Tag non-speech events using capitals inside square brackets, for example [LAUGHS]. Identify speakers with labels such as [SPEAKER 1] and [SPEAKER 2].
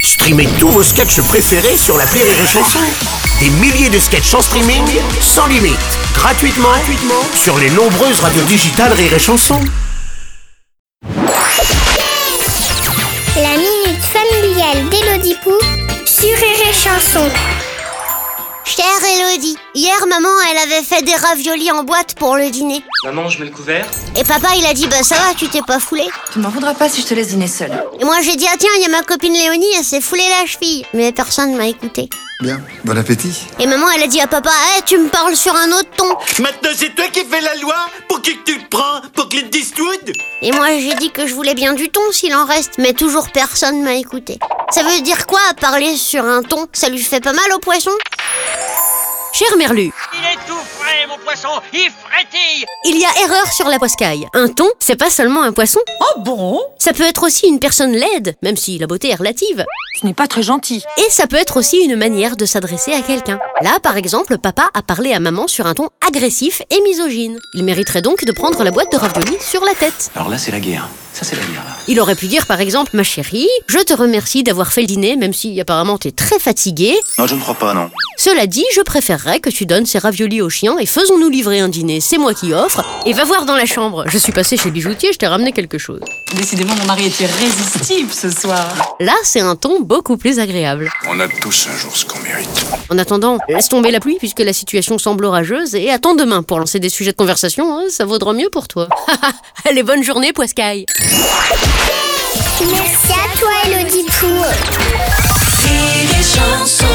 [SPEAKER 1] Streamez tous vos sketchs préférés sur la Rire et Chanson. Des milliers de sketchs en streaming, sans limite, gratuitement, gratuitement sur les nombreuses radios digitales Rire et Chanson.
[SPEAKER 2] La minute familiale d'Élodie Pou sur Rire et Chanson.
[SPEAKER 3] Chère Elodie, hier maman elle avait fait des raviolis en boîte pour le dîner.
[SPEAKER 4] Maman, je mets le couvert.
[SPEAKER 3] Et papa il a dit bah ça va, tu t'es pas foulé.
[SPEAKER 5] Tu m'en voudras pas si je te laisse dîner seule.
[SPEAKER 3] Et moi j'ai dit ah tiens, il y a ma copine Léonie, elle s'est foulée la cheville. Mais personne m'a écouté.
[SPEAKER 6] Bien, bon appétit.
[SPEAKER 3] Et maman elle a dit à papa, Eh, tu me parles sur un autre ton.
[SPEAKER 7] Maintenant, c'est toi qui fais la loi pour qui que tu le prends pour Clint Eastwood
[SPEAKER 3] Et moi j'ai dit que je voulais bien du ton s'il en reste, mais toujours personne m'a écouté. Ça veut dire quoi parler sur un ton Ça lui fait pas mal au poisson
[SPEAKER 8] Cher Merlu,
[SPEAKER 9] Il est tout frais, mon poisson Il frétille
[SPEAKER 8] il y a erreur sur la poiscaille. Un ton, c'est pas seulement un poisson.
[SPEAKER 5] Oh bon
[SPEAKER 8] Ça peut être aussi une personne laide, même si la beauté est relative.
[SPEAKER 5] Tu n'es pas très gentil.
[SPEAKER 8] Et ça peut être aussi une manière de s'adresser à quelqu'un. Là, par exemple, papa a parlé à maman sur un ton agressif et misogyne. Il mériterait donc de prendre la boîte de raviolis sur la tête.
[SPEAKER 10] Alors là, c'est la guerre. Ça, c'est la guerre, là.
[SPEAKER 8] Il aurait pu dire, par exemple, ma chérie, je te remercie d'avoir fait le dîner, même si apparemment t'es très fatiguée.
[SPEAKER 10] Non, je ne crois pas, non.
[SPEAKER 8] Cela dit, je préférerais que tu donnes ces raviolis au chien et faisons-nous livrer un dîner. C'est moi qui offre. Et va voir dans la chambre. Je suis passée chez le bijoutier, je t'ai ramené quelque chose.
[SPEAKER 5] Décidément, mon mari est irrésistible ce soir.
[SPEAKER 8] Là, c'est un ton beaucoup plus agréable.
[SPEAKER 11] On a tous un jour ce qu'on mérite.
[SPEAKER 8] En attendant, laisse tomber la pluie puisque la situation semble orageuse et attends demain pour lancer des sujets de conversation, hein, ça vaudra mieux pour toi. [LAUGHS] Allez, bonne journée, Poiscaille
[SPEAKER 2] Merci à toi, Elodie Pou.
[SPEAKER 12] Rire et chanson